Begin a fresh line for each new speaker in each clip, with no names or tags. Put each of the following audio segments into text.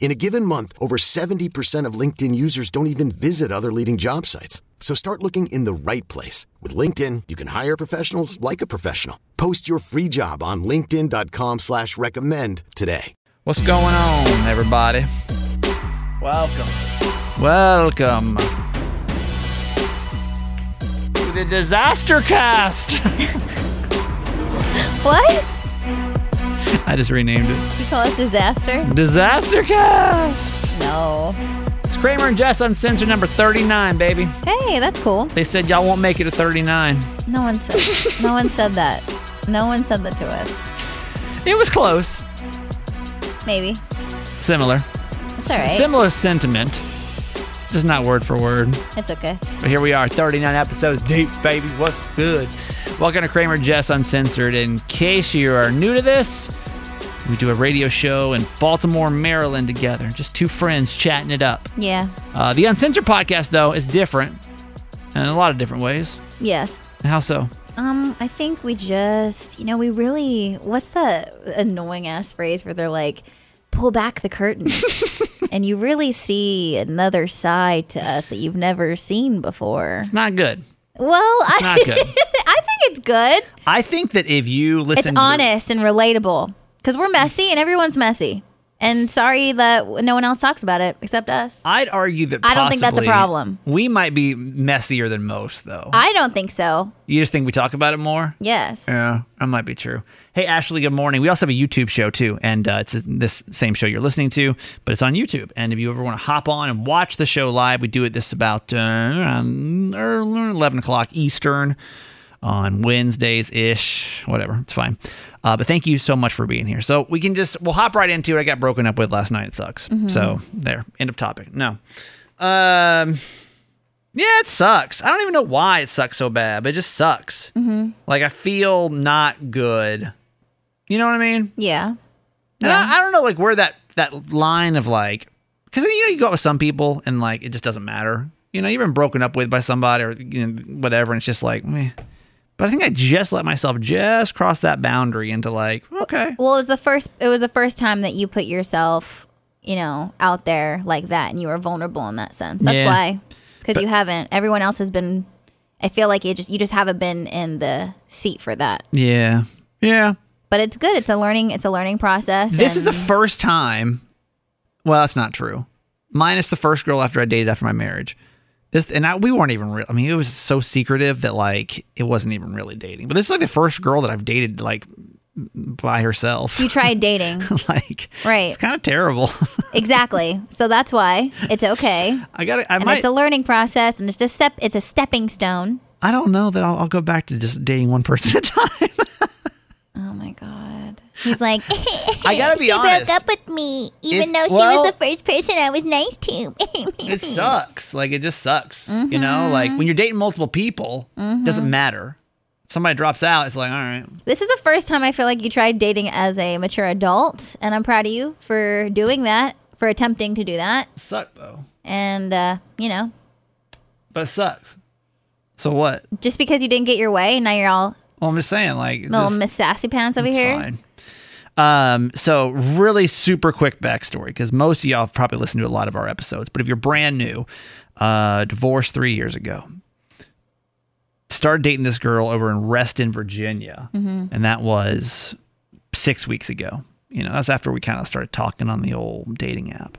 In a given month, over 70% of LinkedIn users don't even visit other leading job sites. So start looking in the right place. With LinkedIn, you can hire professionals like a professional. Post your free job on linkedin.com slash recommend today.
What's going on, everybody?
Welcome
Welcome to the Disaster Cast.
What?
I just renamed it
You call us disaster?
Disaster Cast.
No.
It's Kramer and Jess on censor number 39, baby.
Hey, that's cool.
They said y'all won't make it to 39.
No one said. no one said that. No one said that to us.
It was close.
Maybe.
Similar.
It's all right.
similar sentiment. Just not word for word.
it's okay.
But here we are, 39 episodes deep, baby. What's good? Welcome to Kramer Jess Uncensored. In case you are new to this, we do a radio show in Baltimore, Maryland together. Just two friends chatting it up.
Yeah.
Uh, the Uncensored podcast, though, is different in a lot of different ways.
Yes.
How so?
Um, I think we just, you know, we really. What's that annoying ass phrase where they're like, "Pull back the curtain," and you really see another side to us that you've never seen before.
It's not good.
Well, I,
not good.
I think it's good.
I think that if you listen
it's
to the-
honest and relatable because we're messy and everyone's messy and sorry that w- no one else talks about it except us
I'd argue that
I don't think that's a
possibly
problem.
We might be messier than most, though.
i don't think so
you just think we talk about it more?
yes
Yeah, that might be true. Hey, Ashley, good morning. We also have a YouTube show too, and uh, it's this same show you're listening to, but it's on YouTube. And if you ever want to hop on and watch the show live, we do it this about uh, around er- 11 o'clock Eastern on Wednesdays ish, whatever. It's fine. Uh, but thank you so much for being here. So we can just, we'll hop right into it. I got broken up with last night. It sucks. So there, end of topic. No. Um, yeah, it sucks. I don't even know why it sucks so bad, but it just sucks. Like I feel not good. You know what I mean?
yeah
And I, I don't know like where that that line of like because you know you go out with some people and like it just doesn't matter. You know you've been broken up with by somebody or you know, whatever, and it's just like meh. But I think I just let myself just cross that boundary into like okay,
well it was the first it was the first time that you put yourself you know out there like that and you were vulnerable in that sense that's
Yeah.
why because
But-
you haven't everyone else has been i feel like you just you just haven't been in the seat for that
yeah, yeah.
but it's good it's a learning it's a learning process
This is the
and-
first time. Well, that's not true. Minus the first girl after I dated after my marriage. This and I, we weren't even real. I mean, it was so secretive that like it wasn't even really dating. But this is like the first girl that I've dated like by herself.
you tried dating
like
Right.
It's kind of terrible.
exactly so that's why it's okay
I got. to I
and
might.
it's a learning process and it's just step it's a stepping stone
I don't know that I'll, I'll go back to just dating one person at a time.
oh my god he's like
I gotta be
she
honest.
broke up with me even
It's-
though she
well-
was the first person i was nice to
it sucks. Like it just sucks.
Mm-hmm.
You know, like when you're dating multiple people, it doesn't matter. If somebody drops out, it's like all right.
this is the first time i feel like you tried dating as a mature adult and i'm proud of you for doing that for attempting to do that
Suck though.
and uh, you know
but it sucks. So what?
just because you didn't get your way now you're all
Well, I'm just saying, like,
little
this-
miss sassy pants over
it's
here
fine. Um, so really super quick backstory because most of y'all have probably listened to a lot of our episodes, but if you're brand new, uh, divorced three years ago, started dating this girl over in Reston, Virginia,
Mm-hmm.
and that was six weeks ago. You know, that's after we kind of started talking on the old dating app.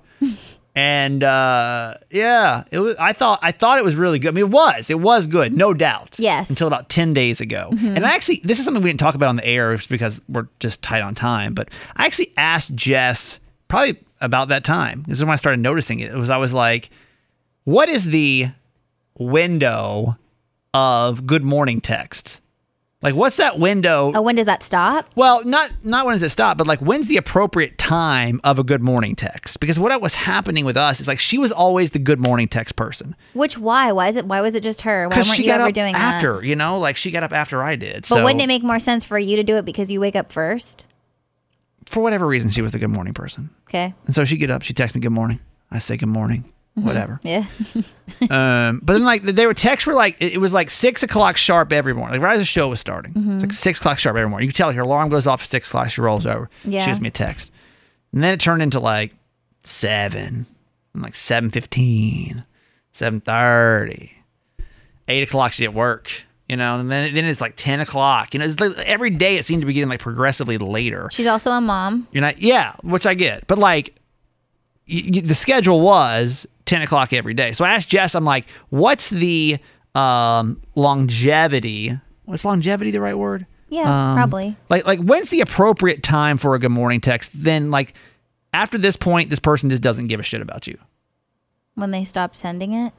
And uh, yeah, it was. I thought I thought it was really good. I mean, it was. It was good, no doubt.
Yes.
Until about ten days ago, and I actually this is something we didn't talk about on the air just because we're just tight on time. But I actually asked Jess probably about that time. This is when I started noticing it. It was I was like, what is the window of good morning texts? Like, what's that window?
Oh, when does that stop?
Well, not not when does it stop, but like when's the appropriate time of a good morning text? Because what was happening with us is like she was always the good morning text person
Which why? Why is it? Why was it just her? Why
because
weren't
she
you
got
ever
up
doing
after,
that?
you know, like she got up after I did.
But
so
wouldn't it make more sense for you to do it because you wake up first?
for whatever reason she was the good morning person,
Okay.
and so she would get up, she would text me good morning, I say good morning,
Mm-hmm.
whatever.
Yeah.
Um, but then like they were texts were like it, it was like six o'clock sharp every morning. Like right as the show was starting, it's like six o'clock sharp every morning. You could tell her alarm goes off at six o'clock. She rolls over.
Yeah.
She gives me a text, and then it turned into like seven, and like seven fifteen, seven thirty, eight o'clock. She's at work. You know, and then then it's like ten o'clock. You know, it's like every day it seemed to be getting like progressively later.
She's also a mom.
You're not, yeah, which I get, but like y y the schedule was 10 o'clock every day. So I asked Jess, I'm like, what's the um, longevity? Was longevity the right word?
Yeah,
Um,
probably.
Like, like when's the appropriate time for a good morning text? Then like after this point, this person just doesn't give a shit about you.
When they stopped sending it.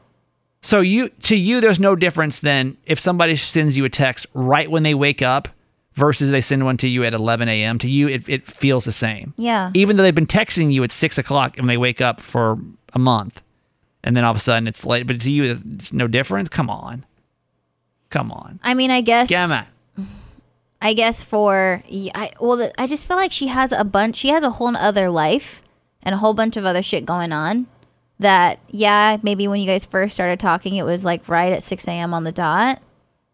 So you to you, there's no difference than if somebody sends you a text right when they wake up versus they send one to you at 11 a.m. To you, it, it feels the same
Yeah.
even though they've been texting you at six o'clock and they wake up for a month and then all of a sudden it's late but to you it's no different come on come on
I mean, I guess.
gamma
I guess for y- I well, th- I just feel like she has a bunch. She has a whole other life and a whole bunch of other shit going on. That yeah, maybe when you guys first started talking, it was like right at six a.m. on the dot.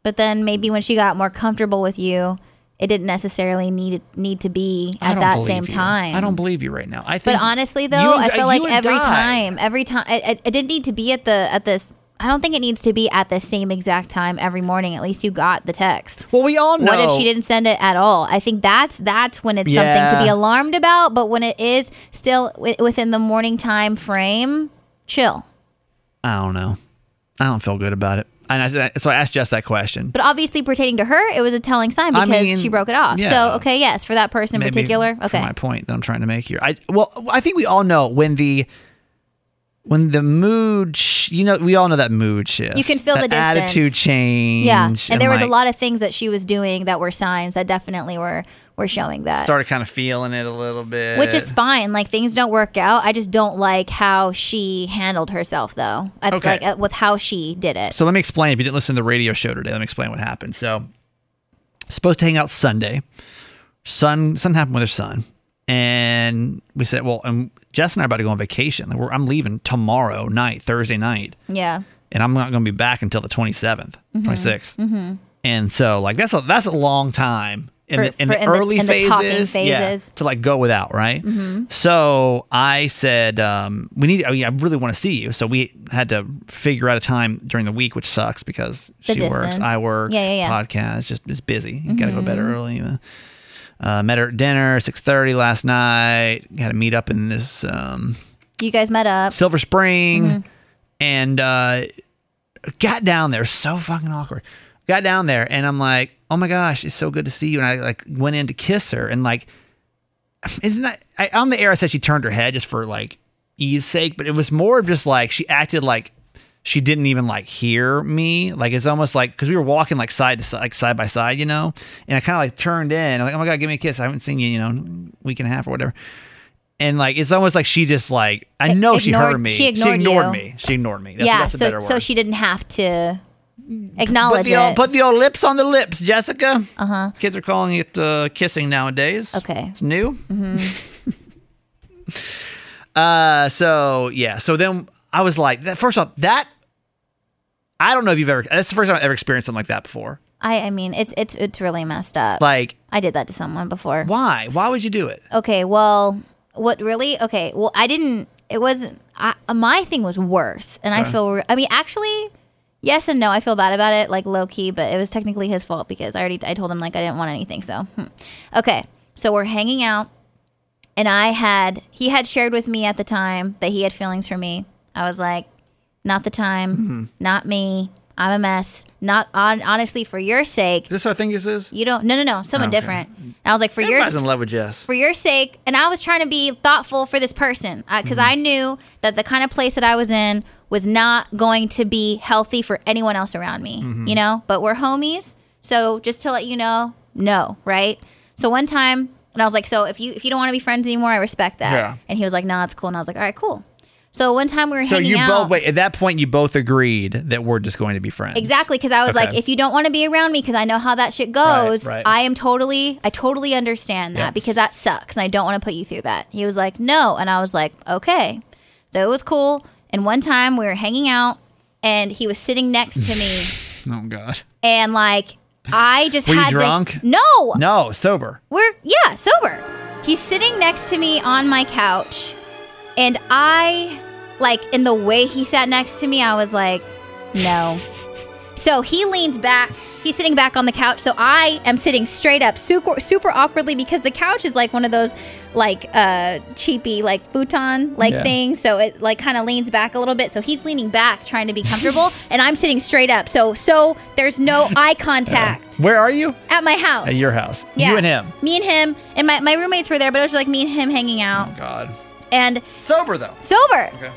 But then maybe when she got more comfortable with you, it didn't necessarily need need to be
I
at
don't
that
believe
same
you.
time.
i don't believe you right now i think
But honestly, though,
you and-
I feel
you
like
and
every
Di-
time, every time, it, it, it didn't need to be at the at this. I don't think it needs to be at the same exact time every morning. At least you got the text.
well we all know
What if she didn't send it at all? I think that's that's when it's something to be
Yeah.
alarmed about. But when it is still wi- within the morning time frame, chill.
i don't know i don't feel good about it and I, so i asked jess that question
But obviously, pertaining to her, it was a telling sign
I
because
mean,
she broke it off.
yeah.
So okay, yes, for that person in
Maybe
particular,
for
okay,
my point that i'm trying to make here i well i think we all know when the when the mood, sh- you know, we all know that mood shift.
You can feel
that
the distance.
attitude change.
yeah. And, there was a
like,
lot of things that she was doing that were signs that definitely were were showing that.
started kind of feeling it a little bit.
which is fine. Like things don't work out. I just don't like how she handled herself, though. I,
Okay.
Like uh, with how she did it.
So let me explain. If you didn't listen to the radio show today, let me explain what happened. So supposed to hang out Sunday. Son, something happened with her son, and we said, well, and Jess and I are about to go on vacation. Like, we're, I'm leaving tomorrow night, Thursday night,
yeah.
and I'm not going to be back until the 27th,
Mm-hmm.
26th. And so, like, that's a that's a long time. In
For-
the, in
for-
the
in the-
early
in the
phases,
talking
yeah,
phases. Mm-hmm.
to like go without, right? So I said, um, we need. I mean, I really want to see you. So we had to figure out a time during the week, which sucks because
The
she works,
distance.
I work,
Yeah, yeah, yeah. Mm-hmm.
podcast, just it's busy. You gotta go to bed early. Uh, met her at dinner, six thirty last night. Had a meet up in this um,
You guys met up.
Silver Spring, and uh, got down there. So fucking awkward. Got down there, and I'm like, oh my gosh, it's so good to see you. And I like went in to kiss her, and like, isn't that I, on the air? I said she turned her head just for like ease sake, but it was more of just like she acted like she didn't even like hear me. Like it's almost like because we were walking like side to side, like side by side, you know. And I kind of like turned in. I'm like, oh my god, give me a kiss. I haven't seen you, you know, in a week and a half or whatever. And like it's almost like she just like I know she
ignored-
heard me.
she ignored you.
me. She ignored me. That's,
yeah.
that's a
so
better word.
so she didn't have to
put
acknowledge
the old,
it. Uh-huh.
put the old lips on the lips, Jessica. Uh huh. Kids are calling it uh, kissing nowadays.
Okay. Mm-hmm.
it's new. uh, so yeah, so then I was like, that, first off, that I don't know if you've ever. That's the first time I've ever experienced something like that before.
I I mean, it's it's it's really messed up.
Like,
I did that to someone before.
why? Why would you do it?
Okay. Well, what really? Okay. Well, I didn't. It wasn't. I, my thing was worse, and I feel. re- I mean, actually, yes and no. I feel bad about it, like low key, but it was technically his fault because I already I told him like I didn't want anything. So, hmm. okay. So we're hanging out. And I had, he had shared with me at the time that he had feelings for me. I was like, not the time,
Mm-hmm.
not me. I'm a mess. Not on, honestly for your sake.
Is this our thing? This is.
You don't. No, no, no. Someone
Okay.
different. And I was like, for your
Everybody's in love with Jess.
for your sake and i was trying to be thoughtful for this person because
Mm-hmm.
i knew that the kind of place that i was in was not going to be healthy for anyone else around me
Mm-hmm.
you know but we're homies so just to let you know no right so one time and i was like so if you if you don't want to be friends anymore i respect that
Yeah.
and he was like no it's cool and i was like all right cool so one time we were
So
hanging
you
out
both wait. At that point, you both agreed that we're just going to be friends.
Exactly, because I was
Okay.
like, if you don't want to be around me, because I know how that shit goes,
right.
I am totally, I totally understand that
Yeah.
because that sucks, and I don't want to put you through that. He was like, no, and I was like, okay. So it was cool. And one time we were hanging out, and he was sitting next to me,
Oh God.
and like I just
Were you
had
drunk?
this. No,
No, sober.
we're yeah, sober. He's sitting next to me on my couch, and I like in the way he sat next to me, I was like, no. So he leans back. He's sitting back on the couch, so I am sitting straight up, super, super awkwardly, because the couch is like one of those, like uh, cheapy, like futon, like
Yeah.
things. So it like kind of leans back a little bit. So he's leaning back, trying to be comfortable, and I'm sitting straight up. So so there's no eye contact
Where are you?
at my house.
Uh. At your house.
Yeah.
You and him.
Me and him. And my, my roommates were there, but it was just like me and him hanging out
Oh God.
and
Sober though.
sober.
Okay.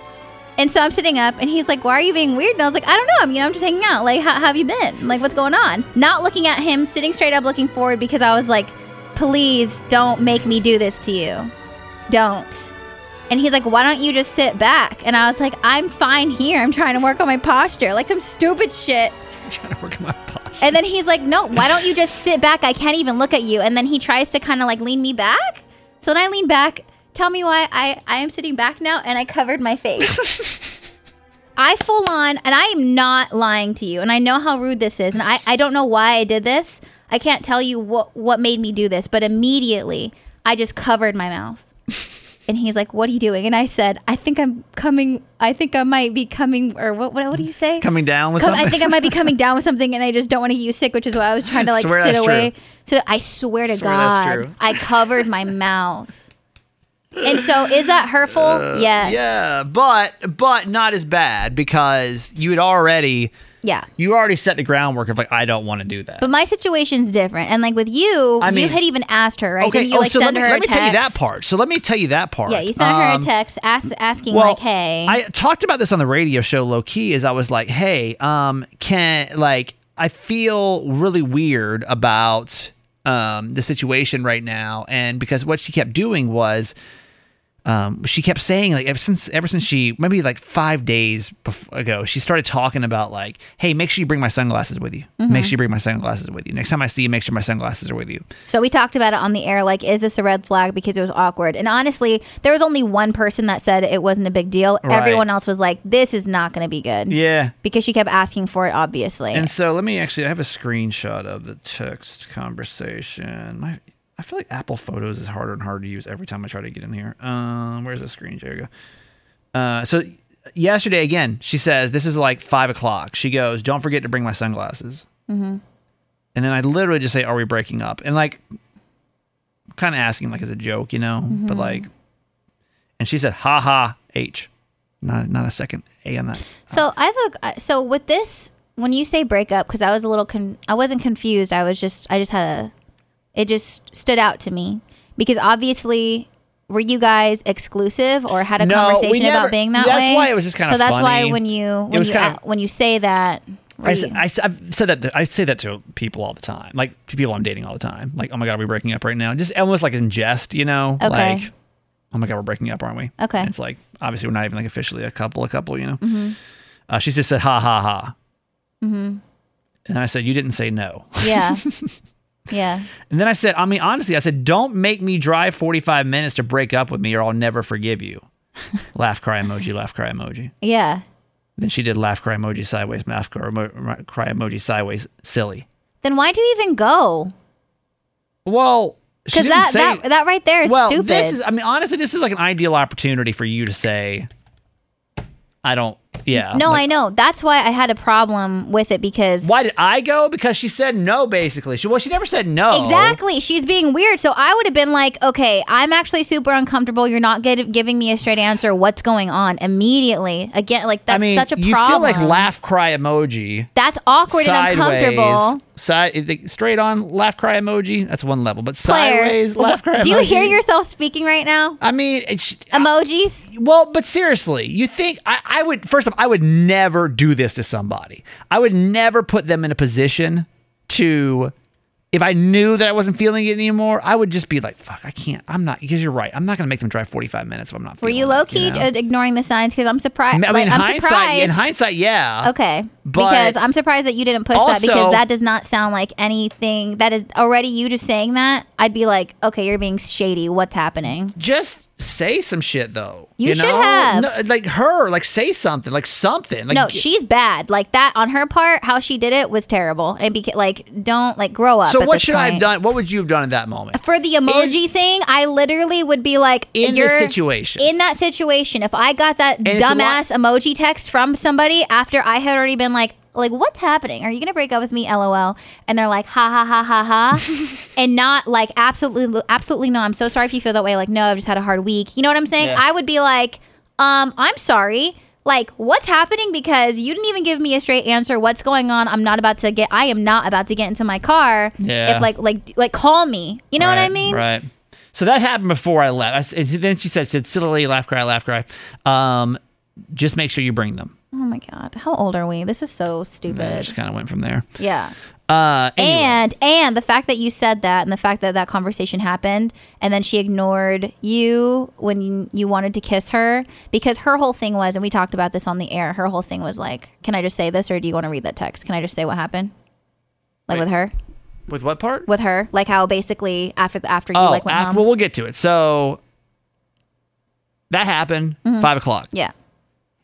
And so I'm sitting up and he's like, Why are you being weird? And I was like, I don't know. I'm, you know, I'm just hanging out. Like, how, how have you been? Like, what's going on? Not looking at him, sitting straight up, looking forward because I was like, Please don't make me do this to you. Don't. And he's like, Why don't you just sit back? And I was like, I'm fine here. I'm trying to work on my posture. Like, some stupid shit.
I'm trying to work on my posture.
And then he's like, "No, why don't you just sit back? I can't even look at you." And then he tries to kind of like lean me back. So then I lean back. Tell me why I I am sitting back now and I covered my face. I full on and I am not lying to you. And I know how rude this is. And I I don't know why I did this. I can't tell you what what made me do this, but immediately I just covered my mouth. And he's like, "What are you doing?" And I said, "I think I'm coming. I think I might be coming." Or what? What, what do you say?
Coming down with
Come-
something.
I think I might be coming down with something, and I just don't want to get you sick, which is why I was trying to like
Swear
sit
that's
away.
true.
So I swear to
Swear that's true.
God, I covered my mouth. And so, is that hurtful? yes.
Uh, Yeah, but but not as bad because you had already
Yeah.
you already set the groundwork of like I don't want to do that.
But my situation's different, and like with you,
I mean-
you had even asked her, right?
okay,
Didn't you
oh,
like
so let
send
me,
her a
let me
text?
tell you that part. So let me tell you that part.
Yeah, you sent her
Um,
a text ask, asking
well,
like, "Hey,
I talked about this on the radio show low key is I was like, hey, um, can like I feel really weird about um the situation right now and because what she kept doing was um, she kept saying like ever since ever since she maybe like five days bef- ago she started talking about like hey make sure you bring my sunglasses with you
Mm-hmm.
make sure you bring my sunglasses with you next time I see you make sure my sunglasses are with you
So we talked about it on the air. Like, is this a red flag? Because it was awkward. And honestly, there was only one person that said it wasn't a big deal.
Right.
Everyone else was like, this is not going to be good.
yeah
Because she kept asking for it, obviously.
And so let me actually, I have a screenshot of the text conversation. My, I feel like Apple Photos is harder and harder to use every time I try to get in here. Um, where's the screen? There we go. Uh, so yesterday again, she says this is like five o'clock. She goes, "Don't forget to bring my sunglasses." Mm-hmm. And then I literally just say, "Are we breaking up?" And like, kind of asking like as a joke, you know, but like, and she said, "Ha ha h," not not a second a on that.
so I have a, uh, so with this, when you say breakup, because I was a little, con- I wasn't confused. I was just, I just had a, it just stood out to me. Because obviously, were you guys exclusive or had a
No, we
conversation
never-
about being that
that's
way?
why it was just kinda
So that's
funny.
why when you,
It
when
was
you,
kinda-
a- when you say that, were
I,
you-
s- I, have said that to, I say that to people all the time, like to people I'm dating all the time. Like, oh my god, we're breaking up right now. Just almost like in jest, you know?
Okay.
Like, oh my god, we're breaking up, aren't we?
Okay. Mm-hmm.
And it's like obviously we're not even like officially a couple, a couple, you know. Uh, she just said ha ha ha. And I said you didn't say no.
yeah. Yeah.
And then I said, I mean, honestly, I said, don't make me drive 45 minutes to break up with me, or I'll never forgive you. laugh cry emoji, laugh cry emoji.
Yeah.
Then she did laugh cry emoji sideways, laugh cry emo- cry emoji sideways, silly.
Then why do you even go?
Well, she
Because
didn't
that,
say,
that that right there is
well,
stupid.
this is. I mean, honestly, this is like an ideal opportunity for you to say, "I don't Yeah.
No,
like,
I know. That's why I had a problem with it because
Why did I go? Because she said no, basically. She well, she never said no.
Exactly. She's being weird. So I would have been like, okay, I'm actually super uncomfortable. You're not get, giving me a straight answer. What's going on? Immediately. Again, like that's
I mean,
such a
you
problem.
feel like laugh cry emoji.
That's awkward
sideways,
and uncomfortable.
Side, the- straight on laugh cry emoji. That's one level, but sideways laugh cry.
Claire, do you
emoji-
hear yourself speaking right now?
I mean, it's,
Emojis?
well, but seriously, you think I, I would? First off, I would never do this to somebody. I would never put them in a position to. If I knew that I wasn't feeling it anymore, I would just be like, "Fuck, I can't. I'm not." Because you're right. I'm not going to make them drive 45 minutes if I'm not.
Were
feeling
you
it,
low key
know?
uh ignoring the signs? Because I'm surprised.
I mean,
like,
in
I'm
hindsight,
surprised.
in hindsight, yeah.
Okay.
But-
because I'm surprised that you didn't push that
Also-
because that does not sound like anything that is already you just saying that. I'd be like, okay, you're being shady. What's happening?
just say some shit though.
You should have.
No, like her, like say something, like something. Like,
no, she's bad. Like that on her part, how she did it was terrible. And beca- like, don't like grow up.
So
at
what
this
should I have
point.
done? What would you have done in that moment?
For the emoji thing, I literally would be like,
In
you're
this situation.
In that situation, if I got that
it's a lot-
dumbass emoji text from somebody after I had already been like, like what's happening? Are you gonna break up with me? LOL. And they're like, ha ha ha ha ha, and not like absolutely, absolutely no. I'm so sorry if you feel that way. Like, no, I've just had a hard week. You know what I'm saying? I would be like, um, I'm sorry. Like, what's happening? Because you didn't even give me a straight answer. What's going on? I'm not about to get. I am not about to get into my car.
Yeah.
If like like like call me. You know what I
Right,
mean?
Right. So that happened before I left. I s- and she- then she said, she said silly laugh cry, laugh cry. Um, just make sure you bring them.
Oh my god, how old are we? This is so
And I
stupid.
just kind of went from there.
Yeah.
Uh, anyway.
And and the fact that you said that and the fact that that conversation happened and then she ignored you when you, you wanted to kiss her because her whole thing was and we talked about this on the air. Her whole thing was like, "Can I just say this or do you want to read that text? Can I just say what happened?" Like
Wait.
with her?
with what part?
With her? Like how basically after the, after you
oh,
like went
after,
home.
well, we'll get to it. So that happened.
Mm-hmm.
Five o'clock.
Yeah.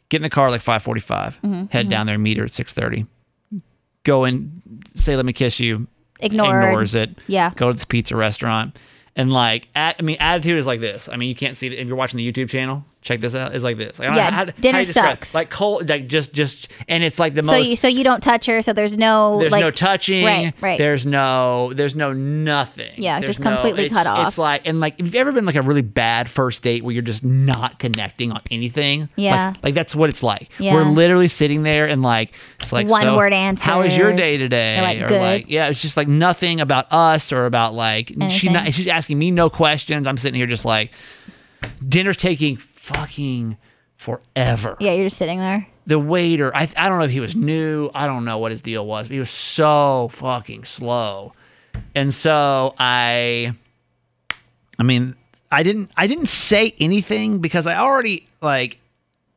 get in the car like 545
Mm-hmm.
head down there meet her at 630 go in say let me kiss you
Ignored.
ignores it
Yeah.
go to this pizza restaurant and like at, i mean attitude is like this i mean you can't see it if you're watching the youtube channel check this out it's like this Like, I don't
Yeah,
know how- how
dinner
you describe it.
sucks.
like cold like just just and it's like the
So
most
you so you don't touch her, so there's no
there's
like
no touching.
Right, right.
There's no. There's no nothing.
Yeah,
There's
just completely
it's-
cut off.
It's like and like. Have you ever been like a really bad first date where you're just not connecting on anything? Like-
Yeah.
Like, that's what it's like.
Yeah.
We're literally sitting there and like it's like
One
so,
word
How was your
answers.
day today?
They're like,
or
"Good."
like yeah, it's just like nothing about us or about like she's not.
Anything.
She's asking me no questions. I'm sitting here just like dinner's taking fucking forever
Yeah, you're just sitting there.
the waiter I, I don't know if he was new i don't know what his deal was but he was so fucking slow and so i i mean i didn't i didn't say anything because i already like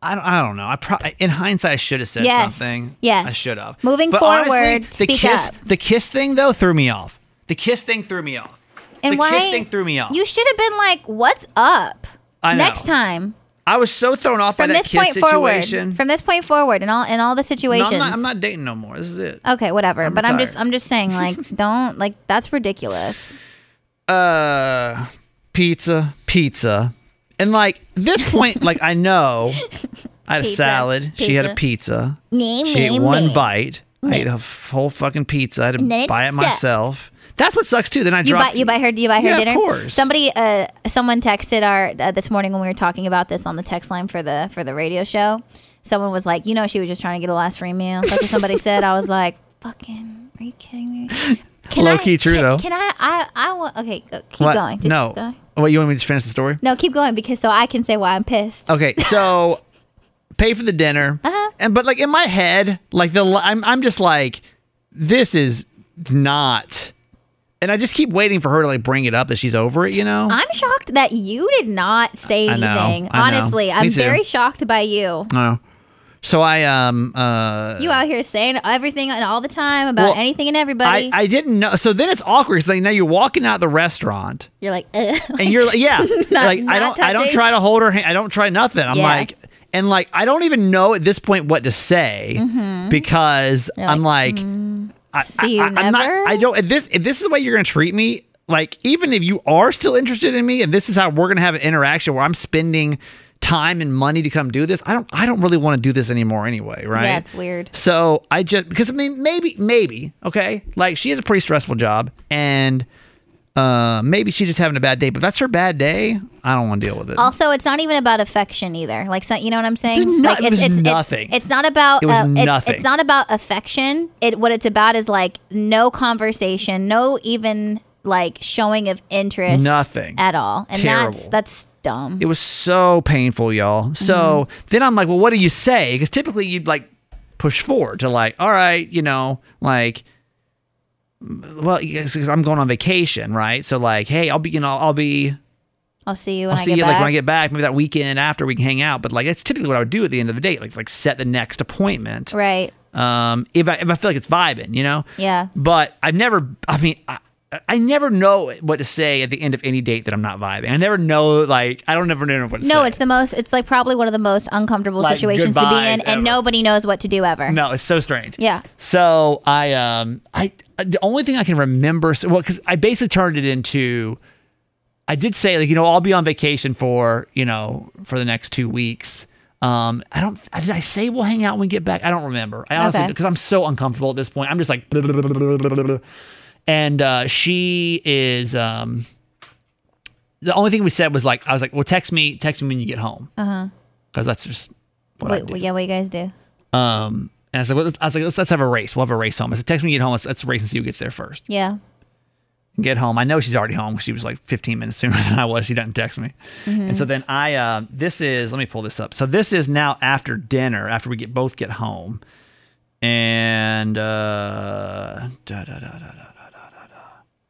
i don't, I don't know i probably in hindsight i should have said
Yes.
something
Yes.
i should have
Moving
But honestly,
forward,
the
speak
kiss
up.
the kiss thing though threw me off the kiss thing threw me off
And
the
why
kiss thing threw me off
You should have been like, "What's up?"
I know.
Next time.
i was so thrown off
From
by that
this
kiss
point
situation
forward. From this point forward in all in all the
no,
situations.
I'm, not, I'm not dating no more this is it
Okay, whatever. but I'm just
retired.
I'm just saying like don't like that's ridiculous.
uh pizza pizza and like this point like i know i had a
Pizza,
salad she had a pizza she ate one bite i ate a f- whole fucking pizza i had to
then it
buy it
sucked.
myself that's what sucks too then i
You buy
dropped
you buy her you buy her
Yeah, of
dinner.
course.
Somebody uh someone texted our uh, this morning when we were talking about this on the text line for the for the radio show. Someone was like, you know, she was just trying to get a last free meal. That's what somebody said. I was like, fucking, are you kidding me? Can
Low
I-
key true,
can-
though.
Can I? I I want. Okay, go, keep
What?
going. Just
no
keep going.
what you want me to just finish the story
No, keep going because so I can say why I'm pissed.
Okay, so pay for the dinner,
Uh-huh.
and but like in my head, like the li- I'm I'm just like, this is not, and I just keep waiting for her to like bring it up that she's over it, you know.
I'm shocked that you did not say
I know,
anything.
I know.
Honestly,
Me
I'm
too.
very shocked by you.
No. Oh. So I um uh
You out here saying everything and all the time about
Well,
anything and
I
everybody.
I didn't know. So then it's awkward because like now you're walking out the restaurant
You're like, Ugh.
and you're like yeah like I
not
don't I don't
touching.
try to hold her hand I don't try nothing I'm
Yeah.
like and like I don't even know at this point what to say
Mm-hmm.
because I'm like. I,
mm, See you
I, I'm
never?
not, I don't. If this if this is the way you're gonna treat me, like even if you are still interested in me, and this is how we're gonna have an interaction where I'm spending time and money to come do this. I don't I don't really want to do this anymore anyway, right?
Yeah, it's weird.
So I just because I mean maybe maybe okay like she has a pretty stressful job and uh maybe she's just having a bad day but if that's her bad day I don't want to deal with it.
Also, it's not even about affection either. Like, so, you know what I'm saying?
There's no-
like,
it was nothing.
It's, not about.
It
uh,
was
it's,
nothing.
it's not about affection. It what it's about is like no conversation, no even like showing of interest,
Nothing.
at all, and that's
Terrible.
that's dumb.
it was so painful y'all. So
Mm-hmm.
then I'm like well what do you say because typically you'd like push forward to like all right you know like well yes, 'cause I'm going on vacation right so like hey I'll be you know I'll be
I'll see you when
I'll
I
see
get
you
back.
like when I get back, maybe that weekend after we can hang out. But like that's typically what I would do at the end of the day, like like set the next appointment.
right.
Um, if I if I feel like it's vibing, you know.
Yeah.
But I've never. I mean, I, I never know what to say at the end of any date that I'm not vibing. I never know. Like I don't ever know what to say.
No, it's the most. It's like probably one of the most uncomfortable
Like,
situations to be
goodbyes
in,
ever.
and nobody knows what to do ever.
no, it's so strange.
Yeah.
So I um I the only thing I can remember so, well because I basically turned it into I did say like you know I'll be on vacation for you know for the next two weeks. Um, I don't. I- Did I say we'll hang out when we get back? I don't remember. I honestly
Okay.
because I'm so uncomfortable at this point. I'm just like, blah, blah, blah, blah, blah, blah, blah. and uh, she is. um The only thing we said was like, I was like, well, text me, text me when you get home, because that's just what I
Uh-huh. Wait,
do.
yeah, what you guys do?
Um, and I was like, well, let's- I was like, let's, let's have a race. We'll have a race home. I said, text me when you get home. Let's, let's race and see who gets there first.
Yeah.
Get home. I know she's already home because she was like 15 minutes sooner than I was. She doesn't text me. And so then I, uh, this is, let me pull this up. So this is now after dinner, after we get both get home. And, uh, da, da, da, da, da.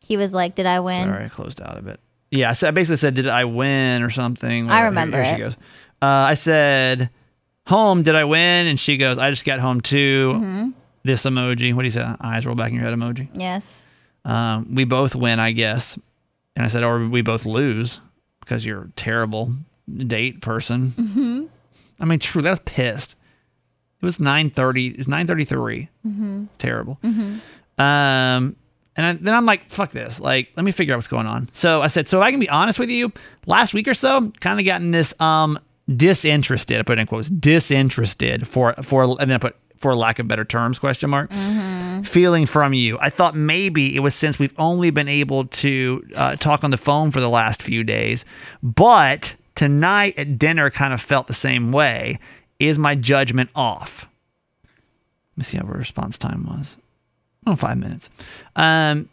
He was like, "Did I win?"
Sorry, I closed out of it. Yeah, so I basically said, "Did I win?" or something.
I remember
Here, here she
it.
goes. Uh, I said, "Home? Did I win?" And she goes, "I just got home too."
Mm-hmm.
This emoji. What do you say? Eyes roll back in your head emoji.
Yes.
Um, we both win, I guess. And I said, "Or we both lose because you're a terrible date person." Mm-hmm. I mean, true. That's pissed. It was nine thirty. It's nine thirty-three. Mm-hmm. Terrible. Um, and I, then I'm like, fuck this. Like, let me figure out what's going on. So I said, so if I can be honest with you, last week or so, kind of gotten this um disinterested. I put in quotes disinterested for for and then I put for lack of better terms question mark Mm-hmm. feeling from you. I thought maybe it was since we've only been able to uh, talk on the phone for the last few days, but tonight at dinner kind of felt the same way. Is my judgment off? Let me see how her response time was. Oh, five minutes. Um,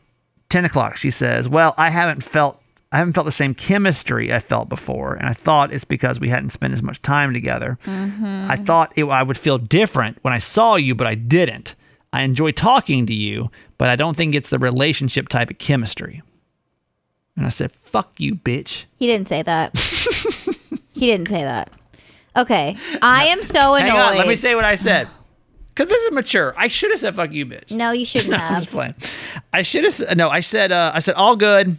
ten o'clock. She says, "Well, I haven't felt." I haven't felt the same chemistry I felt before, and I thought it's because we hadn't spent as much time together. I thought it, I would feel different when I saw you, but I didn't. I enjoy talking to you, but I don't think it's the relationship type of chemistry. And I said, "Fuck you, bitch."
He didn't say that. he didn't say that. Okay. I am so annoyed.
Hang on, let me say what I said, because this is mature. I should have said, "Fuck you, bitch."
No, you shouldn't
I'm just
have.
playing. I should have. No, I said. Uh, I said all good.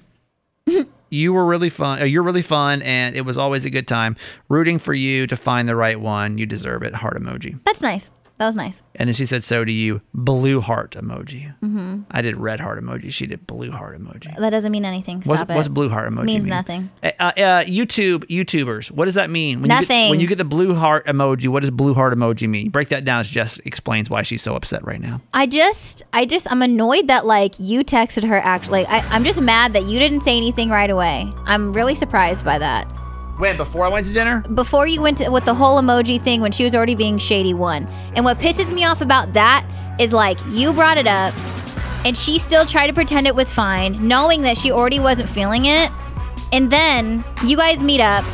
you were really fun. uh, You're really fun, and it was always a good time rooting for you to find the right one. You deserve it. Heart emoji.
That's nice. That was nice.
And then she said, "So do you." Blue heart emoji. Mm-hmm. I did red heart emoji. She did blue heart emoji.
That doesn't mean anything. Stop
What's,
it.
what's blue heart emoji?
Means
mean?
nothing.
Uh, uh, uh, YouTube YouTubers. What does that mean? When You get,
Nothing.
when you get the blue heart emoji, what does blue heart emoji mean? Break that down. It just explains why she's so upset right now.
I just, I just, I'm annoyed that like you texted her. Actually, like, I, I'm just mad that you didn't say anything right away. I'm really surprised by that.
When before I went to dinner.
Before you went to, with the whole emoji thing when she was already being shady one. And what pisses me off about that is like you brought it up, and she still tried to pretend it was fine, knowing that she already wasn't feeling it. And then you guys meet up.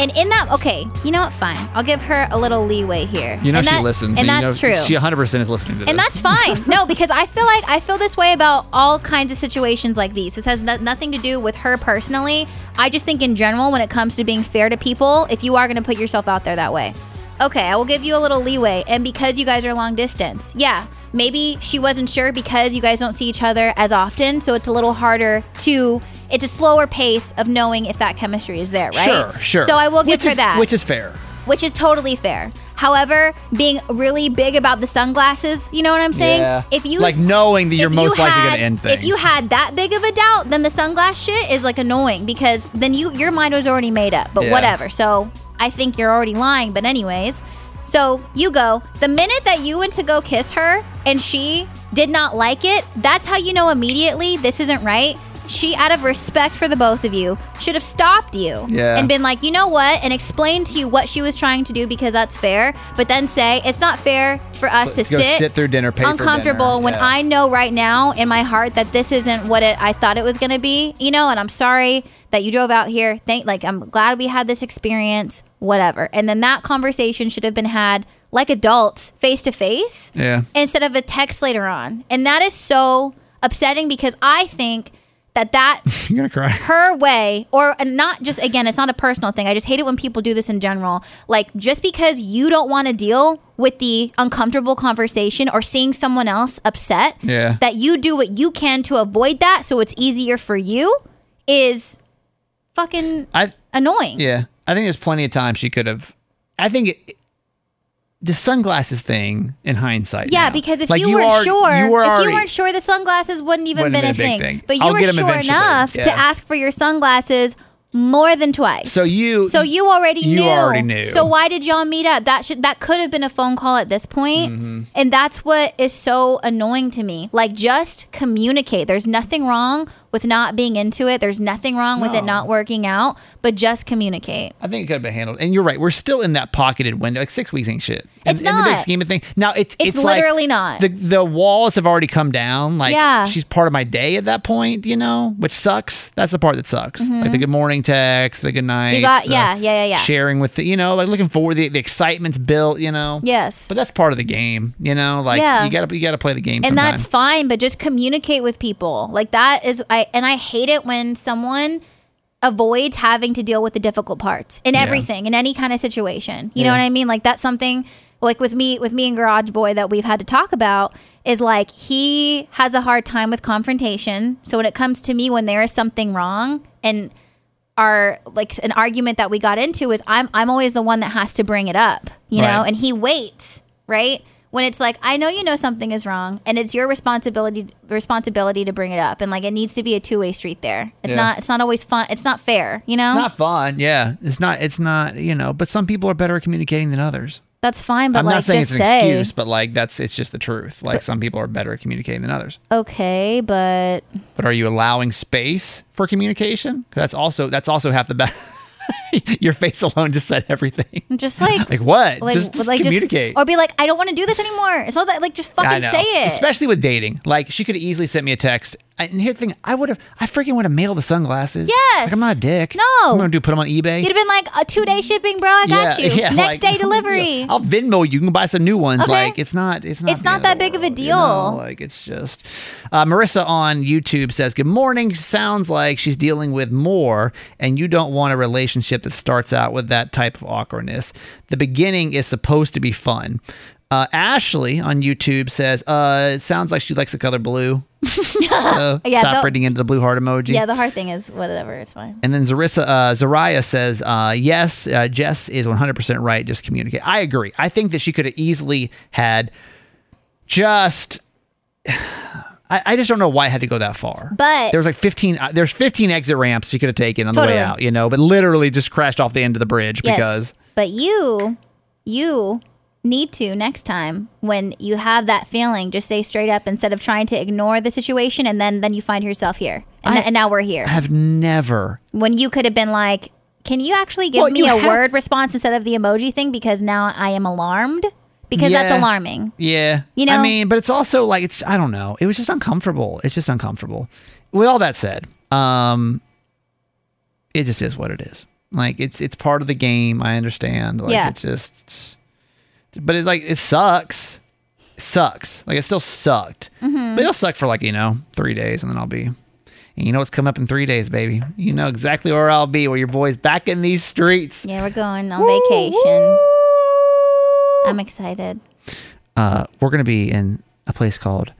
And in that, okay, you know what? Fine, I'll give her a little leeway here.
You know
and
she
that-
listens, you
and that's
know
true.
She 100 percent is listening to this,
And that's fine. no, because I feel like I feel this way about all kinds of situations like these. This has no- nothing to do with her personally. I just think in general, when it comes to being fair to people, if you are going to put yourself out there that way, okay, I will give you a little leeway. And because you guys are long distance, yeah, maybe she wasn't sure because you guys don't see each other as often, so it's a little harder to. It's a slower pace of knowing if that chemistry is there, right?
Sure, sure.
So I will give
which
her
is,
that
which is fair.
which is totally fair. However, being really big about the sunglasses, you know what I'm saying? If you
like knowing that you're
if
most
you
likely going
had-
to end things.
If you had that big of a doubt, then the sunglass shit is like annoying because then you your mind was already made up. But
Yeah.
whatever. So I think you're already lying, but anyways. So you go. The minute that you went to go kiss her and she did not like it, that's how you know immediately this isn't right. She, out of respect for the both of you, should have stopped you
Yeah.
and been like, you know what, and explained to you what she was trying to do because that's fair, but then say, it's not fair for us to
Go
sit,
sit through dinner, pay for
uncomfortable
dinner.
when
Yeah.
I know right now in my heart that this isn't what it, I thought it was going to be, you know, and I'm sorry that you drove out here. Thank, like, I'm glad we had this experience, whatever. And then that conversation should have been had like adults, face to face
Yeah.
instead of a text later on. And that is so upsetting because I think that that's
You're gonna cry.
her way or and not just again it's not a personal thing i just hate it when people do this in general like just because you don't want to deal with the uncomfortable conversation or seeing someone else upset
Yeah.
that you do what you can to avoid that so it's easier for you is fucking
I
annoying
yeah. I think there's plenty of time she could have. I think it, the sunglasses thing in hindsight.
Yeah,
now.
because if
Like,
you, weren't
are-
sure,
you were
if
already-
you weren't sure, the sunglasses wouldn't even
Wouldn't
been a
have been a
thing.
big thing.
But you
I'll
were
get 'em
sure
eventually,
enough to
yeah.
ask for your sunglasses more than twice.
So you-
so you already
you
knew.
already knew.
So why did y'all meet up? That should that could have been a phone call at this point,
Mm-hmm.
and that's what is so annoying to me. Like, just communicate. There's nothing wrong with not being into it. There's nothing wrong with it not working out. But just communicate.
I think it could have been handled. And you're right. We're still in that pocketed window. Like six weeks ain't shit.
It's
in, In the big
not.
scheme of things. Now it's
It's
like
literally not.
The the walls have already come down. Like
Yeah.
she's part of my day at that point, you know, which sucks. That's the part that sucks. Like the good morning text, the good night.
Mm-hmm. You got yeah, yeah, yeah, yeah.
Sharing with the you know, like looking forward the, the excitement's built, you know.
Yes.
But that's part of the game, you know. Like
Yeah.
you gotta you gotta play the game.
and
sometime.
that's fine but just communicate with people like that is i and i hate it when someone avoids having to deal with the difficult parts in everything in any kind of situation you know what i mean like that's something like with me with me and garage boy that we've had to talk about is like he has a hard time with confrontation so when it comes to me when there is something wrong and our like an argument that we got into is I'm I'm always the one that has to bring it up, you know,
Right.
and he waits, right? When it's like I know you know something is wrong and it's your responsibility responsibility to bring it up and like it needs to be a two-way street there. It's
Yeah.
not it's not always fun. It's not fair, you know?
It's not fun. Yeah. It's not it's not, you know, but some people are better at communicating than others.
That's fine, but
I'm
like
not saying
just
it's an
say
excuse, but like that's it's just the truth. Like some people are better at communicating than others.
okay, but
But are you allowing space for communication? 'Cause That's also that's also half the battle. Your face alone just said everything.
just like
Like what? just, just communicate.
or be like I don't want to do this anymore. It's not that like just
I
fucking
know.
say it.
Especially with dating. Like she could have easily sent me a text. I- And here's the thing, I would have I freaking would have mailed the sunglasses.
Yes.
Like I'm not a dick.
No.
I'm gonna do put them on eBay.
You'd have been like a two-day shipping, bro. I got you. Next
like,
day delivery.
I'll Venmo you. You can buy some new ones.
Okay.
Like it's not. It's not.
It's
the
not
end of the
that big of a
world, you
deal.
know? Like it's just. Uh, Marissa on YouTube says, "Good morning." Sounds like she's dealing with more, and you don't want a relationship that starts out with that type of awkwardness. The beginning is supposed to be fun. Uh, Ashley on YouTube says, uh, "It sounds like she likes the color blue." so
Yeah,
stop
the-
reading into the blue heart emoji.
Yeah, the hard thing is whatever. It's fine.
And then Zarissa, uh, Zariah says, uh, yes, uh, Jess is 100% right. Just communicate. I agree. I think that she could have easily had just. I, I just don't know why I had to go that far.
But-
there was like 15, uh, there's 15 exit ramps she could have taken on the way
Totally.
out, you know, but literally just crashed off the end of the bridge because.
But you, you need to next time when you have that feeling, just say straight up instead of trying to ignore the situation, and then then you find yourself here, and,
I-
th- and now we're here.
I have never.
when you could have been like, "Can you actually give
Well,
me
you
a
have-
word response instead of the emoji thing?" Because now I am alarmed. Because that's
Yeah.
alarming.
Yeah.
You
I
know?
mean, but it's also like it's I don't know. It was just uncomfortable. It's just uncomfortable. With all that said, um it just is what it is. Like it's it's part of the game, I understand. Like
Yeah.
it just but it like it sucks. It sucks. Like it still sucked.
Mm-hmm.
But it'll suck for like, you know, three days and then I'll be and you know what's coming up in three days, baby. You know exactly where I'll be, where your boy's back in these streets.
Yeah, we're going on vacation. I'm excited.
uh, we're going to be in a place called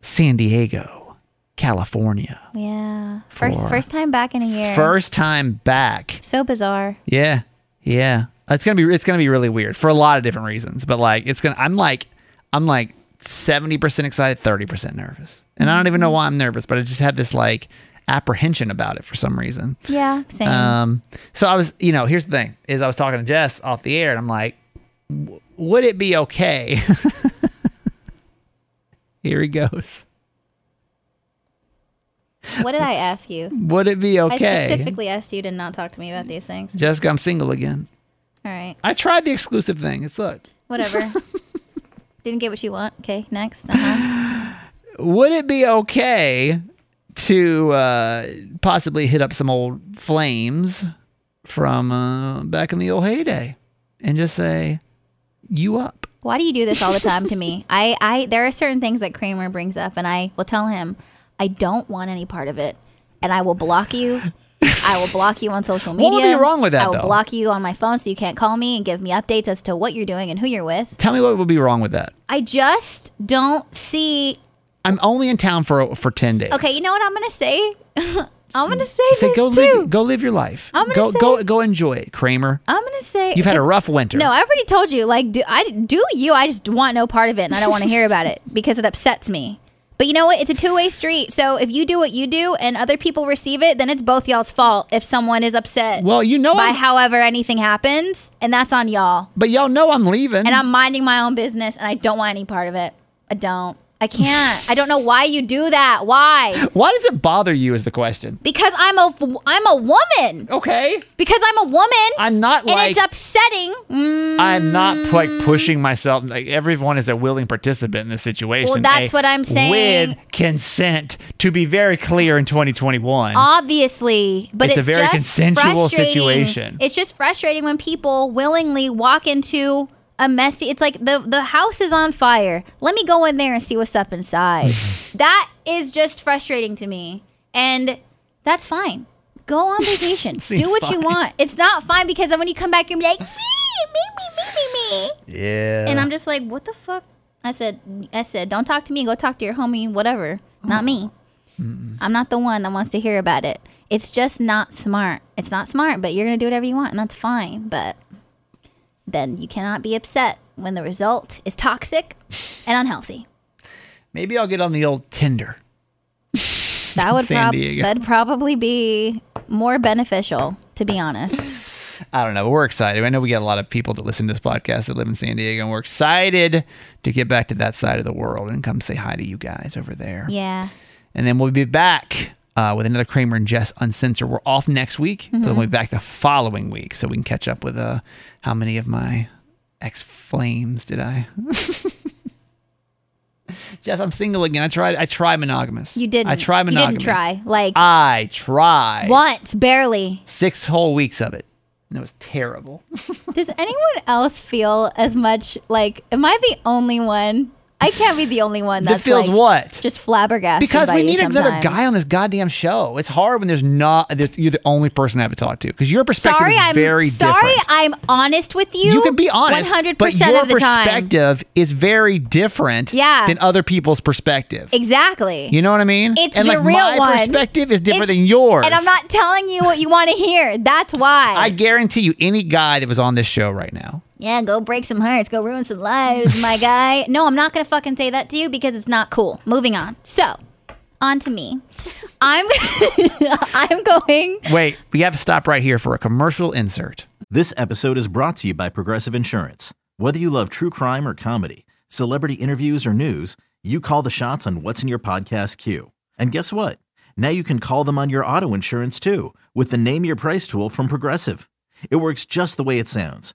San Diego, California.
Yeah, first
For-
first time back in a year.
First time back.
so bizarre.
Yeah. Yeah. It's going to be it's going to be really weird for a lot of different reasons, but like it's going to I'm like I'm like 70% excited, 30% nervous. And I don't even know why I'm nervous, but I just have this like apprehension about it for some reason.
Yeah, same.
Um, so I was, you know, here's the thing: is I was talking to Jess off the air, and I'm like, "W- would it be okay? Here he goes.
what did I ask you?
Would it be
I
okay?
specifically asked you to not talk to me about these things.
Jessica, I'm single again.
All right,
I tried the exclusive thing. It sucked.
whatever. Didn't get what you want. Okay, next. Uh-huh.
Would it be okay to uh, possibly hit up some old flames from uh, back in the old heyday and just say, you up?
Why do you do this all the time to me? I, I, there are certain things that Kramer brings up, and I will tell him I don't want any part of it, and I will block you. I will block you on social media.
What would be wrong with that,
I will
though?
block you on my phone so you can't call me and give me updates as to what you're doing and who you're with.
Tell me what would be wrong with that.
I just don't see.
I'm only in town for for ten days.
Okay, you know what I'm gonna say? I'm gonna say,
Say
this
go
too.
live, go live your life.
I'm gonna
go
say-
go go enjoy it, Kramer.
I'm gonna say
You've had a rough winter.
No, I already told you. Like, do I do you? I just want no part of it, and I don't want to hear about it because it upsets me. But you know what? It's a two way street. So if you do what you do and other people receive it, then it's both y'all's fault. If someone is upset
well, you know,
by
I'm,
however anything happens, and that's on y'all.
but y'all know I'm leaving.
And I'm minding my own business, and I don't want any part of it. I don't. I can't. I don't know why you do that. Why?
Why does it bother you? Is the question.
Because I'm a f- I'm a woman.
Okay,
Because I'm a woman.
I'm not
and
like
it's upsetting. Mm.
I'm not like pushing myself. Like everyone is a willing participant in this situation.
Well, that's
A-
what I'm saying.
With consent, to be very clear, in 2021.
Uh, obviously but
It's
it's,
a very
just
consensual
frustrating.
situation.
it's just frustrating when people willingly walk into a messy it's like the the house is on fire let me go in there and see what's up inside that is just frustrating to me and that's fine go on vacation
Seems
do what you
fine.
want it's not fine because then when you come back you're like me me me me me me
yeah.
and I'm just like, what the fuck? I said, I said, don't talk to me. Go talk to your homie, whatever. Not me. I'm not the one that wants to hear about it. It's just not smart. It's not smart, but you're gonna do whatever you want, and that's fine. But then you cannot be upset when the result is toxic and unhealthy.
Maybe I'll get on the old Tinder.
That would
San
prob-
Diego.
that'd probably be more beneficial, to be honest.
I don't know. But we're excited. I know we got a lot of people that listen to this podcast that live in San Diego, and we're excited to get back to that side of the world and come say hi to you guys over there.
Yeah.
And then we'll be back uh, with another Kramer and Jess Uncensored. We're off next week, but then we'll
Mm-hmm.
be back the following week so we can catch up with uh, how many of my ex flames did I. Jess, I'm single again. I tried. I tried monogamous.
You didn't.
I tried
You
monogamous.
didn't try. Like
I tried.
once, barely.
Six whole weeks of it, and it was terrible.
Does anyone else feel as much like? Am I the only one? I can't be the only one
That
that's
feels
like,
what?
Just flabbergasted
because
by
we
you
need another
sometimes.
guy on this goddamn show. It's hard when there's not that you're the only person I have to talk to because your perspective
Sorry,
is
I'm
very
sorry.
different.
I'm honest with you.
you can be honest,
One hundred
but
percent
your
of the time.
perspective is very different
Yeah.
than other people's perspective.
Exactly.
You know what I mean?
It's
and
the
like
real
my
one.
perspective is different
It's-
than yours.
and I'm not telling you what you want to hear. That's why.
I guarantee you, any guy that was on this show right now,
yeah, go break some hearts, go ruin some lives, my guy. No, I'm not gonna fucking say that to you because it's not cool. Moving on. So, on to me. I'm I'm going.
wait, we have to stop right here for a commercial insert.
This episode is brought to you by Progressive Insurance. Whether you love true crime or comedy, celebrity interviews or news, you call the shots on what's in your podcast queue. And guess what? Now you can call them on your auto insurance too with the Name Your Price tool from Progressive. It works just the way it sounds.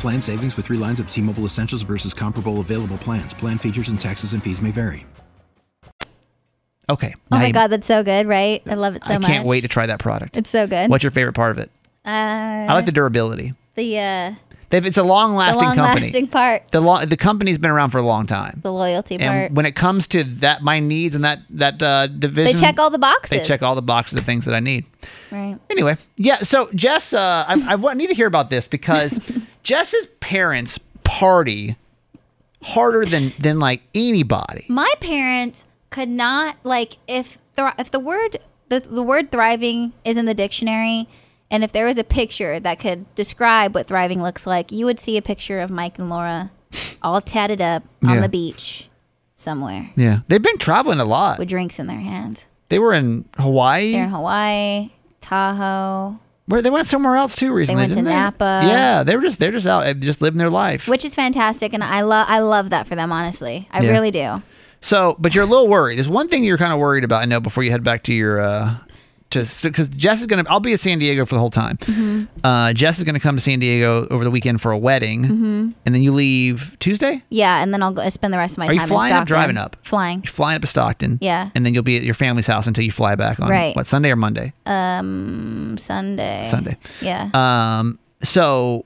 Plan savings with three lines of T-Mobile Essentials versus comparable available plans. Plan features and taxes and fees may vary.
Okay.
Oh
now
my
you-
god, that's so good, right? I love it so
I
much.
can't wait to try that product.
It's so good.
What's your favorite part of it?
uh,
I like the durability.
the uh,
They've, it's a long
the
lasting
long
company.
lasting part,
the lo- the company's been around for a long time.
the loyalty part.
and when it comes to that, my needs and that that uh,
They
division,
check all the boxes.
They check all the boxes of things that I need.
Right.
Anyway, yeah. So Jess, uh, I, I wa- need to hear about this because Jess's parents party harder than than like anybody.
My parents could not like if thr if the word the, the word thriving is in the dictionary and if there was a picture that could describe what thriving looks like, you would see a picture of Mike and Laura all tatted up on
Yeah.
the beach somewhere
Yeah, they've been traveling a lot.
with drinks in their hands.
They were in Hawaii.
They're in Hawaii, Tahoe,
Where they went somewhere else too recently.
went to
didn't they?
Napa.
Yeah, they were just they're just out uh, just living their life.
which is fantastic and I love I love that for them honestly. I
Yeah.
really do.
So, but you're a little worried. There's one thing you're kind of worried about. I know before you head back to your uh, to because Jess is gonna. I'll be at San Diego for the whole time.
Mm-hmm.
Uh, Jess is gonna come to San Diego over the weekend for a wedding,
Mm-hmm.
and then you leave Tuesday.
Yeah, and then I'll go spend the rest of my
Are
time
you flying
in
or
Stockton.
driving up?
Flying.
You're flying up to Stockton.
Yeah.
and then you'll be at your family's house until you fly back on
Right. Uh.
what Sunday or Monday.
Um Sunday.
Sunday.
Yeah.
Um. So,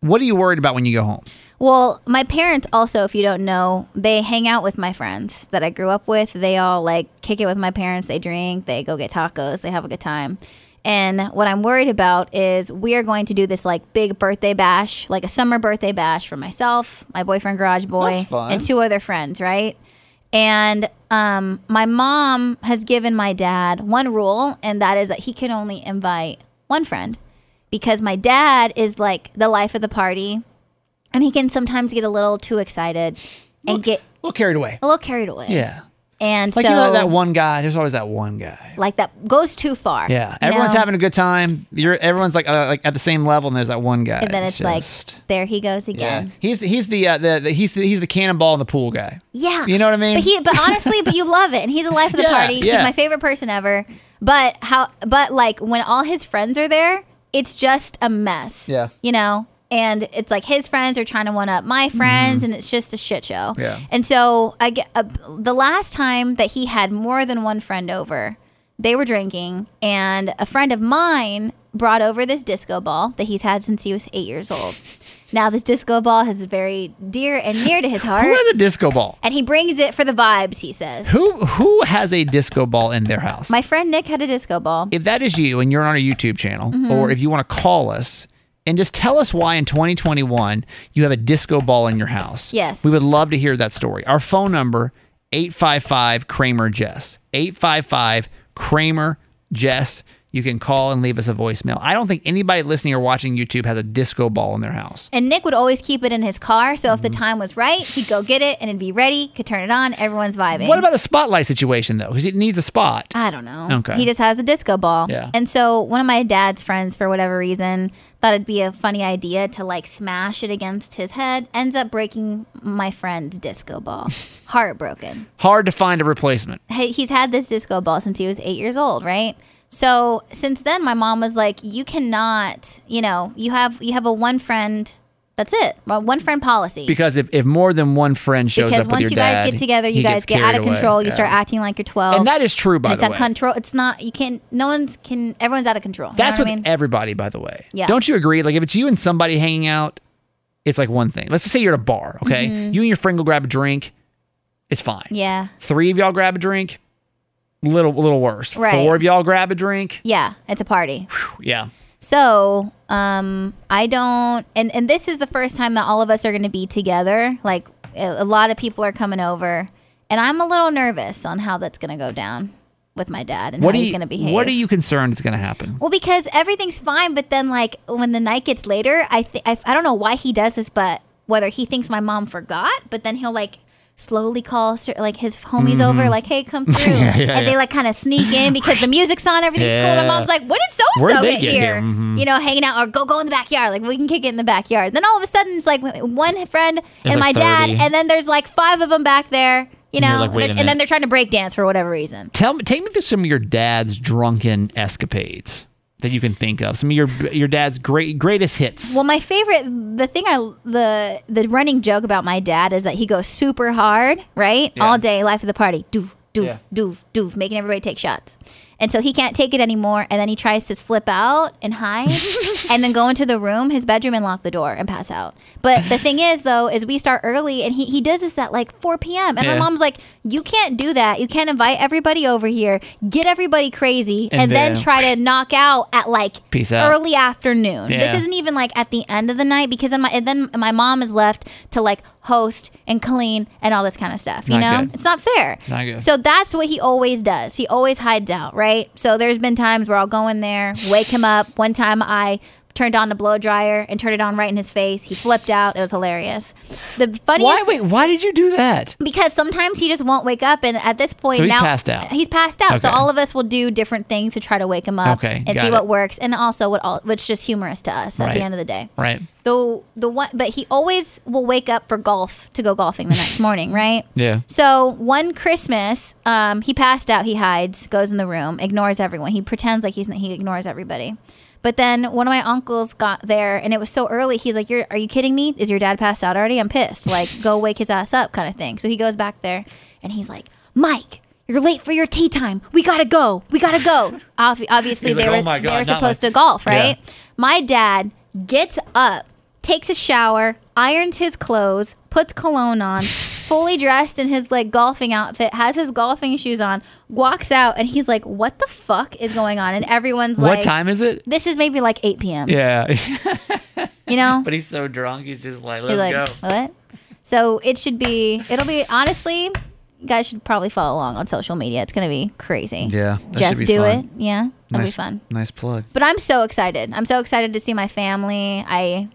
what are you worried about when you go home?
Well, my parents also, if you don't know, they hang out with my friends that I grew up with. They all like kick it with my parents. They drink, they go get tacos, they have a good time. And what I'm worried about is we are going to do this like big birthday bash, like a summer birthday bash for myself, my boyfriend Garage Boy,
That's fun.
and two other friends, right? And um, my mom has given my dad one rule, and that is that he can only invite one friend because my dad is like the life of the party and he can sometimes get a little too excited and get
A little carried away.
a little carried away.
Yeah.
And
Like
so
you know that one guy. There's always that one guy.
like that goes too far.
Yeah,
you
everyone's
know?
having a good time. You're everyone's like uh, like at the same level, and there's that one guy.
and then it's
just-
like there he goes again.
he's he's the, uh, the, the he's the, he's the cannonball in the pool guy.
Yeah.
You know what I mean?
But he but honestly, but you love it and he's the life of the
Yeah,
party. He's
yeah.
my favorite person ever. But how but like when all his friends are there, it's just a mess.
Yeah.
You know? And it's like his friends are trying to one up my friends, and it's just a shit show.
Mm-hmm. Yeah.
And so I get uh, the last time that he had more than one friend over, they were drinking, and a friend of mine brought over this disco ball that he's had since he was eight years old. Now this disco ball is very dear and near to his heart.
Who has a disco ball?
And he brings it for the vibes, he says.
Who who has a disco ball in their house?
My friend Nick had a disco ball.
if that is you, and you're on our YouTube channel,
Mm-hmm.
or if you want to call us. And just tell us why in 2021 you have a disco ball in your house.
Yes.
We would love to hear that story. Our phone number 855 Kramer Jess. 855 Kramer Jess. You can call and leave us a voicemail. I don't think anybody listening or watching YouTube has a disco ball in their house.
And Nick would always keep it in his car, so if the
Mm-hmm.
time was right, he'd go get it and it'd be ready, could turn it on, everyone's vibing.
What about a spotlight situation though? Because it needs a spot.
I don't know.
Okay.
He just has a disco ball.
Yeah.
And so one of my dad's friends, for whatever reason, thought it'd be a funny idea to like smash it against his head, ends up breaking my friend's disco ball. Heartbroken.
Hard to find a replacement.
he- he's had this disco ball since he was eight years old, right? So since then, my mom was like, "You cannot, you know, you have you have a one friend. That's it. Well, one friend policy."
Because if, if more than one friend shows
because
up with
once
your
you
dad,
guys get together, you
he
guys
gets
get out of
carried away.
control. You
Yeah.
start acting like you're 12.
And that is true, by
And it's
the
not
way.
control. It's not, you can't, no one's can, everyone's out of control. You know
That's
what
with
I mean?
everybody, by the way.
Yeah.
Don't you agree? Like if it's you and somebody hanging out, it's like one thing. Let's just say you're at a bar, okay? You and your friend go grab a drink, it's fine.
Mm-hmm. yeah.
Three of y'all grab a drink, little little worse.
Right.
Four of y'all grab a drink.
Yeah. It's a party.
Yeah.
So, um, I don't, and and this is the first time that all of us are going to be together. Like a, a lot of people are coming over, and I'm a little nervous on how that's going to go down with my dad and
What
how
are
he's
you
going to behave.
What are you concerned is gonna happen?
Well, because everything's fine, but then like when the night gets later, I think I, I don't know why he does this, but whether he thinks my mom forgot, but then he'll like slowly call cer- like his homies over, like, "Hey, come through,"
Mm-hmm. Yeah, yeah,
and they
yeah.
like kind of sneak in because the music's on, everything's cool.
Yeah.
And mom's like, "When did so and
Where'd
so
they
get
get
here?"
here? Mhm.
You know, hanging out or go go in the backyard. Like we can kick it in the backyard. Then all of a sudden, it's like one friend
There's,
and
like,
my dad,
30.
and then there's like five of them back there. You
And you're
know,
like, "Wait a
They're- and
minute."
then they're trying to break dance for whatever reason.
Tell me, take me through some of your dad's drunken escapades that you can think of. Some of your your dad's great greatest hits.
Well, my favorite, the thing I the the running joke about my dad is that he goes super hard, right,
Yeah.
all day, life of the party, doof doof
Yeah.
doof doof, making everybody take shots until he can't take it anymore, and then he tries to slip out and hide, and then go into the room, his bedroom, and lock the door and pass out. But the thing is, though, is we start early, and he he does this at like 4 p.m. and my
Yeah.
mom's like, "You can't do that. You can't invite everybody over here, get everybody crazy, and,
And
then,
then-
try to knock out at like
Peace out.
early afternoon.
Yeah.
This isn't even like at the end of the night because then my, and then my mom is left to like host and clean and all this kind of stuff. You
Not
know,
good.
it's not fair.
not good.
So that's what he always does. He always hides out, right? So there's been times where I'll go in there, wake him up. One time I turned on the blow dryer and turned it on right in his face. He flipped out. It was hilarious. The
why
funniest
wait? Why did you do that?
because sometimes he just won't wake up and at this point
So he's
now
passed out.
he's passed out so
Okay.
all of us will do different things to try to wake him up
Okay,
and
got
see
it.
what works and also what all what's just humorous to us at
Right.
the end of the day
Right.
the the one but he always will wake up for golf to go golfing the next morning right
Yeah.
so one Christmas, um, he passed out. He hides, goes in the room, ignores everyone. He pretends like he's he ignores everybody. But then one of my uncles got there, and it was so early. He's like, "You're are you kidding me? Is your dad passed out already? I'm pissed. Like, go wake his ass up, kind of thing." So he goes back there, and he's like, "Mike." You're late for your tea time. We gotta go. We gotta go. Ob- Obviously,
He's like,
they,
"Oh
were,
my God,
they were
not like-
supposed to golf,
Yeah.
right? My dad gets up, takes a shower, irons his clothes, puts cologne on, fully dressed in his like golfing outfit, has his golfing shoes on, walks out, and he's like, "What the fuck is going on?" And everyone's
what
like,
time is it?
This is maybe like 8 p.m.
Yeah.
You know,
but he's so drunk, he's just like, let's
You're like, "Oh,
go.
"What?" So it should be. It'll be honestly. You guys should probably follow along on social media. It's gonna be crazy.
Yeah, that should
just
be
do
fun.
it. Yeah, it'll be fun.
Nice plug.
But I'm so excited. I'm so excited to see my family. I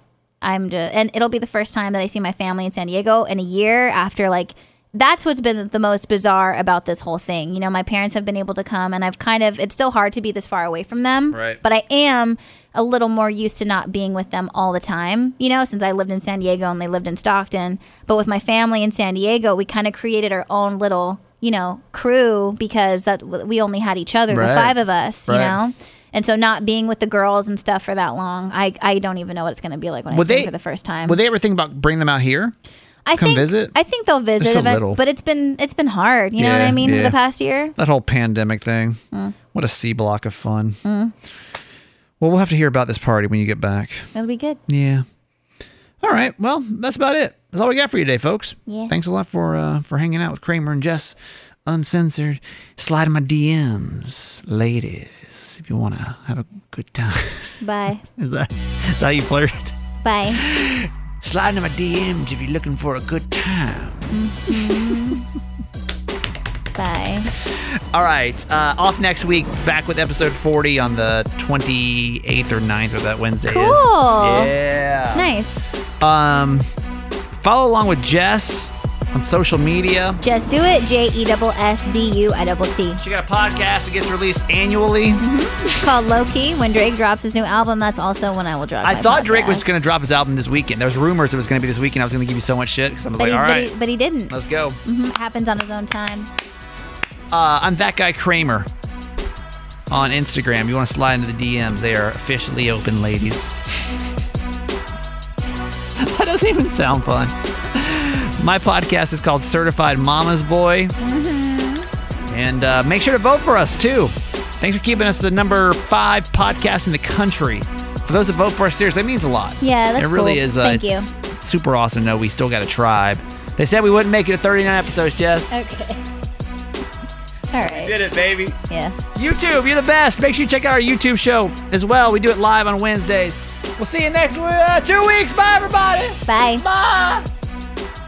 I'm just, and it'll be the first time that I see my family in San Diego in a year after like that's what's been the most bizarre about this whole thing. You know, my parents have been able to come and I've kind of it's still hard to be this far away from them.
Right.
But I am a little more used to not being with them all the time, you know, since I lived in San Diego and they lived in Stockton. But with my family in San Diego, we kind of created our own little, you know, crew because that we only had each other, the
Right.
five of us, you
Right.
know. And so not being with the girls and stuff for that long, I, I don't even know what it's going to be like when I
Would
see
they-
them for the first time.
Would they ever think about bringing them out here?
I
come
think,
visit?
I think they'll visit,
so
event-
little.
but it's been it's been hard. You know what
Yeah,
I mean? For
yeah.
the past year,
That whole pandemic thing.
Hmm.
What a C block of fun. Well, we'll have to hear about this party when you get back.
it'll be good.
Yeah. All right. Well, that's about it. That's all we got for you today, folks.
Yeah.
Thanks a lot for uh, for hanging out with Kramer and Jess, uncensored. Slide in my DMs, ladies, if you want to have a good time.
Bye
is that is that how you flirt?
bye.
Slide into my DMs if you're looking for a good time.
Bye.
All right. Uh, off next week. Back with episode 40 on the 28th or 9th or that Wednesday. is.
Cool.
Yeah.
Nice.
Um, follow along with Jess on social media.
Just do it. J E double S D U I double T.
She got a podcast that gets released annually.
It's called Low Key. When Drake drops his new album, that's also when I will drop.
I
my
thought Drake was
podcast.
going to drop his album this weekend. There was rumors it was going to be this weekend. I was going to give you so much shit because I was like,
but, he,
all
but,
right,
he, but he didn't.
let's go.
Mhm. It Happens on his own time.
Uh, I'm that guy Kramer on Instagram. You want to slide into the DMs? They are officially open, ladies. that doesn't even sound fun. My podcast is called Certified Mama's Boy.
Mm-hmm.
And uh, make sure to vote for us, too. Thanks for keeping us the number five podcast in the country. For those that vote for us, seriously, that means a lot.
Yeah, that's
It really
cool.
is. Uh,
Thank
it's Super awesome, though. We still got a tribe. They said we wouldn't make it to 39 episodes, Jess.
Okay. All right.
Did it, baby.
Yeah.
YouTube, you're the best. Make sure you check out our YouTube show as well. We do it live on Wednesdays. We'll see you next uh, two weeks. Bye, everybody.
Bye.
Bye.